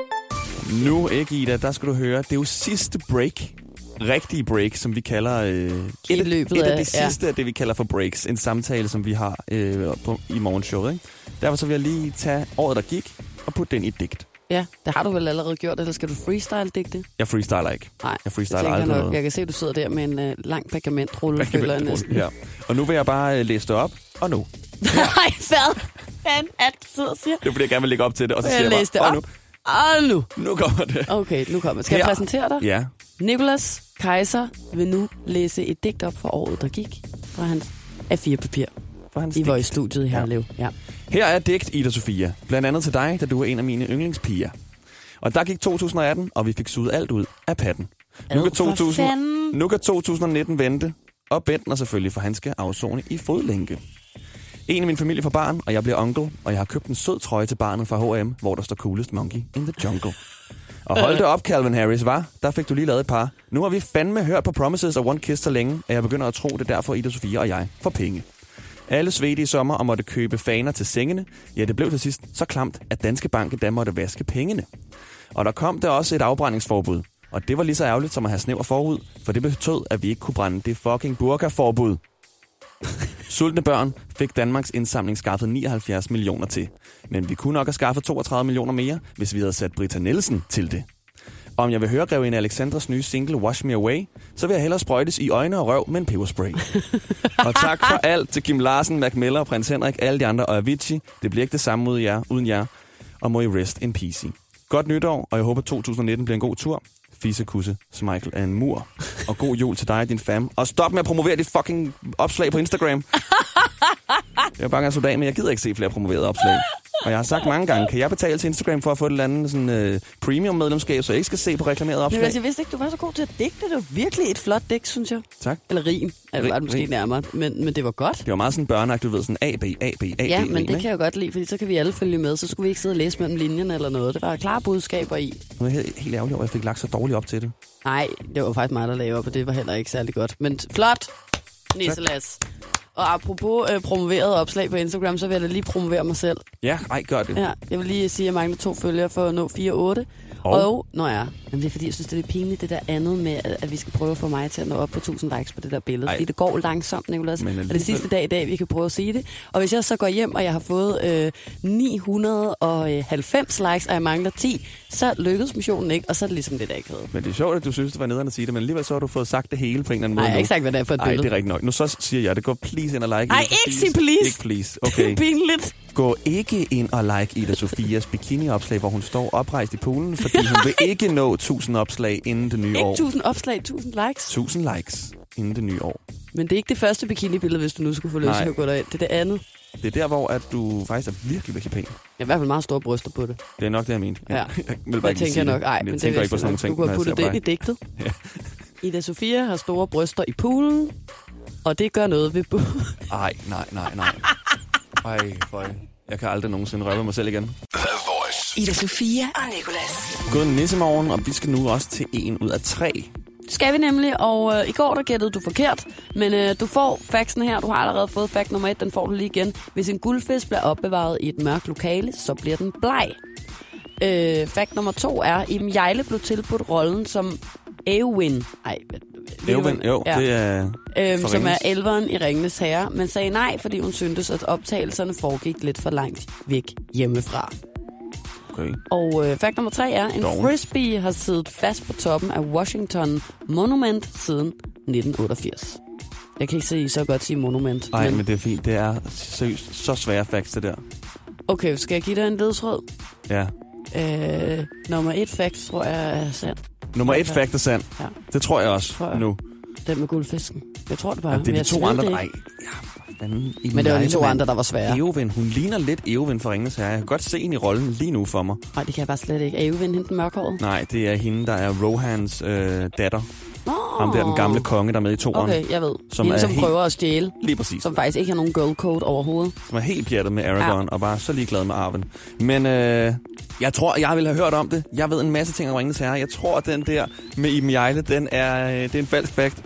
[SPEAKER 3] Nu, ikke Ida, der skal du høre, det er jo sidste break. Rigtige break, som vi kalder... Øh, et, af-
[SPEAKER 2] løbet
[SPEAKER 3] et af
[SPEAKER 2] af-
[SPEAKER 3] de
[SPEAKER 2] ja.
[SPEAKER 3] sidste af det, vi kalder for breaks. En samtale, som vi har øh, på, i morgenshowet. Ikke? Derfor så vil jeg lige tage året, der gik, og putte den i et digt.
[SPEAKER 2] Ja, det har du vel allerede gjort, eller skal du freestyle digte?
[SPEAKER 3] Jeg freestyler ikke.
[SPEAKER 2] Nej,
[SPEAKER 3] Jeg
[SPEAKER 2] det
[SPEAKER 3] freestyler
[SPEAKER 2] tænker jeg
[SPEAKER 3] aldrig
[SPEAKER 2] nok.
[SPEAKER 3] noget.
[SPEAKER 2] Jeg kan se, at du sidder der med en øh, lang pergamentrulle, føler jeg næsten.
[SPEAKER 3] Ja. Og nu vil jeg bare øh, læse det op, og nu.
[SPEAKER 2] Nej, hvad? Fanden er det, du sidder og siger?
[SPEAKER 3] Det er fordi, jeg gerne vil lægge op til det, og så
[SPEAKER 2] Vil
[SPEAKER 3] siger
[SPEAKER 2] jeg
[SPEAKER 3] jeg bare,
[SPEAKER 2] læse det
[SPEAKER 3] og
[SPEAKER 2] op?
[SPEAKER 3] nu.
[SPEAKER 2] Og nu.
[SPEAKER 3] Nu kommer det.
[SPEAKER 2] Okay, nu kommer jeg. Skal
[SPEAKER 3] Her.
[SPEAKER 2] jeg præsentere dig?
[SPEAKER 3] Ja,
[SPEAKER 2] Nikolas Kaiser vil nu læse et digt op for året, der gik fra hans A4-papir
[SPEAKER 3] for hans
[SPEAKER 2] i
[SPEAKER 3] digt.
[SPEAKER 2] Voice-studiet i Herlev. Ja.
[SPEAKER 3] Her er digt, Ida Sofia. Blandt andet til dig, da du er en af mine yndlingspiger. Og der gik 2018, og vi fik suget alt ud af patten. Nu kan,
[SPEAKER 2] for
[SPEAKER 3] 2000,
[SPEAKER 2] fanden.
[SPEAKER 3] nu kan 2019 vente, og Bentner selvfølgelig, for han skal afzone i fodlænke. En af min familie får barn, og jeg bliver onkel, og jeg har købt en sød trøje til barnet fra H&M, hvor der står coolest monkey in the jungle. Og hold det op, Calvin Harris, var. Der fik du lige lavet et par. Nu har vi fandme hørt på Promises og One Kiss så længe, at jeg begynder at tro, det er derfor Ida Sofia og jeg får penge. Alle svedte i sommer og måtte købe faner til sengene. Ja, det blev til sidst så klamt, at Danske Bank da måtte vaske pengene. Og der kom der også et afbrændingsforbud. Og det var lige så ærgerligt som at have snæver forud, for det betød, at vi ikke kunne brænde det fucking burkaforbud. Sultne børn fik Danmarks indsamling skaffet 79 millioner til. Men vi kunne nok have skaffet 32 millioner mere, hvis vi havde sat Britta Nielsen til det. Og om jeg vil høre grevinde Alexandras nye single Wash Me Away, så vil jeg hellere sprøjtes i øjne og røv med en peberspray. og tak for alt til Kim Larsen, Mac Miller, Prins Henrik, alle de andre og Avicii. Det bliver ikke det samme uden jer, uden jer. Og må I rest in peace. Godt nytår, og jeg håber 2019 bliver en god tur. Fisekusse, Michael er en mur. Og god jul til dig og din fam. Og stop med at promovere dit fucking opslag på Instagram. Jeg er bare gerne soldat, men jeg gider ikke se flere promoverede opslag. Og jeg har sagt mange gange, kan jeg betale til Instagram for at få et eller andet sådan, øh, premium-medlemskab, så jeg ikke skal se på reklamerede opslag?
[SPEAKER 2] Nikolas, jeg vidste ikke, du var så god til at digte. Det var virkelig et flot digt, synes jeg.
[SPEAKER 3] Tak.
[SPEAKER 2] Eller rim. Eller
[SPEAKER 3] Rim,
[SPEAKER 2] var det måske
[SPEAKER 3] rim.
[SPEAKER 2] nærmere, men, men det var godt.
[SPEAKER 3] Det var meget sådan børneagt, du ved, sådan A, B, A, B, A,
[SPEAKER 2] Ja,
[SPEAKER 3] B,
[SPEAKER 2] men det
[SPEAKER 3] ikke?
[SPEAKER 2] kan jeg jo godt lide, fordi så kan vi alle følge med. Så skulle vi ikke sidde og læse mellem linjerne eller noget. Det var klare budskaber i.
[SPEAKER 3] Nu er jeg helt, helt ærgerlig over, at jeg fik lagt så dårligt op til det.
[SPEAKER 2] Nej, det var faktisk mig, der lagde op, og det var heller ikke særlig godt. Men flot, Nisselas. Og apropos øh, promoveret opslag på Instagram, så vil jeg da lige promovere mig selv.
[SPEAKER 3] Ja, nej, gør det.
[SPEAKER 2] Ja, jeg vil lige sige, at jeg mangler to følgere for at nå 4-8. Og? og nå ja, Jamen, det er fordi, jeg synes, det er lidt pinligt, det der andet med, at at vi skal prøve at få mig til at nå op på 1000 likes på det der billede.
[SPEAKER 3] Ej.
[SPEAKER 2] Ej. Fordi det går langsomt, Nicolas.
[SPEAKER 3] Men
[SPEAKER 2] Og det er
[SPEAKER 3] alligevel.
[SPEAKER 2] sidste dag i dag, vi kan prøve at sige det. Og hvis jeg så går hjem, og jeg har fået øh, 990 likes, og jeg mangler 10, så lykkedes missionen ikke, og så er det ligesom lidt akavet.
[SPEAKER 3] Men det er sjovt, at du synes, det var nederen at sige det, men alligevel så har du fået sagt det hele på en eller anden
[SPEAKER 2] Nej,
[SPEAKER 3] måde.
[SPEAKER 2] jeg har
[SPEAKER 3] nu.
[SPEAKER 2] ikke sagt, hvad det er for et
[SPEAKER 3] Nej, det
[SPEAKER 2] billede.
[SPEAKER 3] er rigtigt nok. Nu så siger jeg det. Gå please ind og like.
[SPEAKER 2] Ej,
[SPEAKER 3] Ida
[SPEAKER 2] ikke
[SPEAKER 3] Sofies-
[SPEAKER 2] sig please.
[SPEAKER 3] Ikke please.
[SPEAKER 2] Det er
[SPEAKER 3] Okay.
[SPEAKER 2] pinligt.
[SPEAKER 3] Gå ikke ind og like Ida Sofias bikiniopslag, hvor hun står oprejst i poolen, fordi hun vil ikke nå 1000 opslag inden det nye
[SPEAKER 2] Ikke
[SPEAKER 3] år.
[SPEAKER 2] 1000 opslag, 1000 likes.
[SPEAKER 3] 1000 likes inden det nye år.
[SPEAKER 2] Men det er ikke det første bikini-billede, hvis du nu skulle få lyst
[SPEAKER 3] Nej.
[SPEAKER 2] til at gå derind. Det er det andet.
[SPEAKER 3] Det er der, hvor at du faktisk er virkelig, virkelig pæn.
[SPEAKER 2] Jeg har i hvert fald meget store bryster på det.
[SPEAKER 3] Det er nok det, jeg mente.
[SPEAKER 2] Ja.
[SPEAKER 3] Jeg vil
[SPEAKER 2] Det
[SPEAKER 3] bare ikke
[SPEAKER 2] tænker
[SPEAKER 3] sige
[SPEAKER 2] jeg nok. Ej,
[SPEAKER 3] jeg
[SPEAKER 2] men
[SPEAKER 3] tænker
[SPEAKER 2] det
[SPEAKER 3] ikke på sådan nogle ting.
[SPEAKER 2] Du kunne
[SPEAKER 3] når
[SPEAKER 2] have
[SPEAKER 3] jeg
[SPEAKER 2] puttet
[SPEAKER 3] ser
[SPEAKER 2] det ind i
[SPEAKER 3] dig.
[SPEAKER 2] digtet.
[SPEAKER 3] Ja.
[SPEAKER 2] Ida Sofia har store bryster i poolen, og det gør noget ved bu-
[SPEAKER 3] Ej, nej, nej, nej. Ej, for jeg kan aldrig nogensinde røre ved mig selv igen.
[SPEAKER 9] Ida Sofia og Nicolas.
[SPEAKER 3] God nissemorgen, og vi skal nu også til en ud af tre.
[SPEAKER 2] Skal vi nemlig, og øh, i går der gættede du forkert, men øh, du får faxen her. Du har allerede fået fax nummer et, den får du lige igen. Hvis en guldfisk bliver opbevaret i et mørkt lokale, så bliver den bleg. Øh, fact nummer to er, Iben Jejle blev tilbudt rollen som Eowyn. Ej, ved- ved du,
[SPEAKER 3] Eowyn,
[SPEAKER 2] hvad-
[SPEAKER 3] jo, ja. det er...
[SPEAKER 2] øhm, som er
[SPEAKER 3] Forringes.
[SPEAKER 2] elveren i Ringenes Herre, men sagde nej, fordi hun syntes, at optagelserne foregik lidt for langt væk hjemmefra.
[SPEAKER 3] Okay.
[SPEAKER 2] Og øh, fakt nummer tre er, en
[SPEAKER 3] Doven.
[SPEAKER 2] frisbee har siddet fast på toppen af Washington Monument siden 1988. Jeg kan ikke se, I så godt sige monument.
[SPEAKER 3] Ej, men det er fint. Det er seriøst så svære facts, det der.
[SPEAKER 2] Okay, skal jeg give dig en ledtråd?
[SPEAKER 3] Ja.
[SPEAKER 2] Øh, nummer et fact, tror jeg, er sand.
[SPEAKER 3] Nummer et
[SPEAKER 2] Ja.
[SPEAKER 3] fact er sand.
[SPEAKER 2] Ja.
[SPEAKER 3] Det tror jeg også
[SPEAKER 2] Tror jeg.
[SPEAKER 3] nu.
[SPEAKER 2] Den med guldfisken. Jeg tror det bare.
[SPEAKER 3] Ja, det
[SPEAKER 2] men
[SPEAKER 3] er de
[SPEAKER 2] jeg
[SPEAKER 3] to
[SPEAKER 2] ved
[SPEAKER 3] andre,
[SPEAKER 2] det
[SPEAKER 3] der...
[SPEAKER 2] ikke.
[SPEAKER 3] Ej, ja, fanden, Iben
[SPEAKER 2] Men det var de to
[SPEAKER 3] Hjejle,
[SPEAKER 2] andre, der var
[SPEAKER 3] mand.
[SPEAKER 2] svære.
[SPEAKER 3] Eowyn, hun ligner lidt Eowyn fra Ringens Herre. Jeg kan godt se hende i rollen lige nu for mig.
[SPEAKER 2] Nej, det kan jeg bare slet ikke. Er I uvendt hende den mørkhåret?
[SPEAKER 3] Nej, det er hende, der er Rohans øh, datter.
[SPEAKER 2] Nå.
[SPEAKER 3] Ham der, den gamle konge, der er med i toeren.
[SPEAKER 2] Okay, jeg ved.
[SPEAKER 3] Som
[SPEAKER 2] Som Hende,
[SPEAKER 3] er
[SPEAKER 2] som
[SPEAKER 3] helt-
[SPEAKER 2] prøver at stjæle.
[SPEAKER 3] Lige præcis.
[SPEAKER 2] Som faktisk ikke har nogen girl code overhovedet.
[SPEAKER 3] som er helt pjattet med Aragorn ja. og bare så ligeglad med arven. Men øh, jeg tror, jeg ville have hørt om det. Jeg ved en masse ting om Ringens Herre. Jeg tror, at den der med Iben Jejle, den er, øh, det er en falsk fact.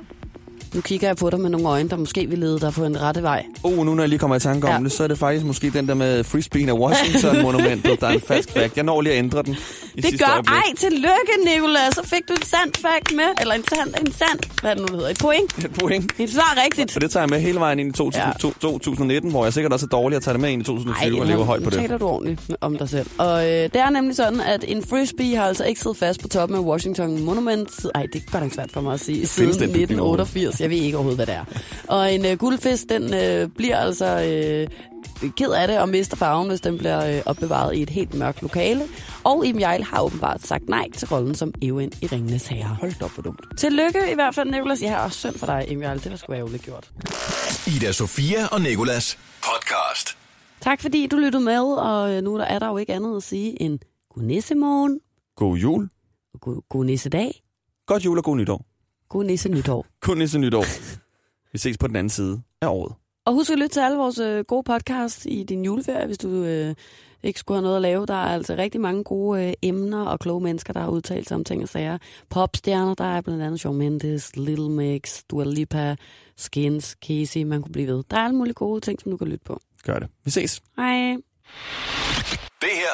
[SPEAKER 2] Nu kigger jeg på dig med nogle øjne, der måske vil lede dig på en rette vej.
[SPEAKER 3] Oh, nu når jeg lige kommer i tanke om
[SPEAKER 2] Ja.
[SPEAKER 3] ja. det, så er det faktisk måske den der med Frisbeen af Washington-monumentet, der er en falsk fact. Jeg når lige at ændre den i
[SPEAKER 2] Det
[SPEAKER 3] sidste
[SPEAKER 2] gør,
[SPEAKER 3] øjeblik.
[SPEAKER 2] ej, tillykke, Nicolas. Så fik du en sand fact med, eller en sand, en sand, hvad er det nu det hedder, et point.
[SPEAKER 3] Et point.
[SPEAKER 2] Et svar rigtigt.
[SPEAKER 3] For det tager jeg med hele vejen ind i 2000,
[SPEAKER 2] Ja.
[SPEAKER 3] ja. 2019, hvor jeg sikkert også er dårlig at tage det med ind i 2020 og lever
[SPEAKER 2] Elham,
[SPEAKER 3] højt på
[SPEAKER 2] nu
[SPEAKER 3] det.
[SPEAKER 2] taler du ordentligt om dig selv. Og øh, det er nemlig sådan, at en frisbee har altså ikke siddet fast på toppen af Washington Monument. si- Ej, det er godt nok svært for mig at sige. Siden
[SPEAKER 3] findes den bygning
[SPEAKER 2] 1988. Jeg ved ikke overhovedet, hvad det er. Og en øh, guldfisk, den øh, bliver altså øh, ked af det og mister farven, hvis den bliver øh, opbevaret i et helt mørkt lokale. Og Im Jejl har åbenbart sagt nej til rollen som Ewen i Ringenes Herre.
[SPEAKER 3] Hold da op, hvor dumt.
[SPEAKER 2] Tillykke i hvert fald, Nicolas. Ja, og synd for dig, Im Jejl. Det var sgu ærgerligt gjort.
[SPEAKER 1] Ida Sofia og Nikolas podcast.
[SPEAKER 2] Tak fordi du lyttede med, og øh, nu er der- er der jo ikke andet at sige end god nissemorgen,
[SPEAKER 3] God jul.
[SPEAKER 2] og god, god nissedag,
[SPEAKER 3] Godt jul og god nytår.
[SPEAKER 2] god nisse nytår.
[SPEAKER 3] Kun næste nytår. Vi ses på den anden side af året.
[SPEAKER 2] Og husk at lytte til alle vores øh, gode podcasts i din juleferie, hvis du øh, ikke skulle have noget at lave. Der er altså rigtig mange gode øh, emner og kloge mennesker, der har udtalt sig om ting og sager. Popstjerner, der er blandt andet Shawn Mendes, Little Mix, Dua Lipa, Skins, Casey, man kunne blive ved. Der er alle mulige gode ting, som du kan lytte på.
[SPEAKER 3] Gør det. Vi ses.
[SPEAKER 2] Hej!
[SPEAKER 1] Det her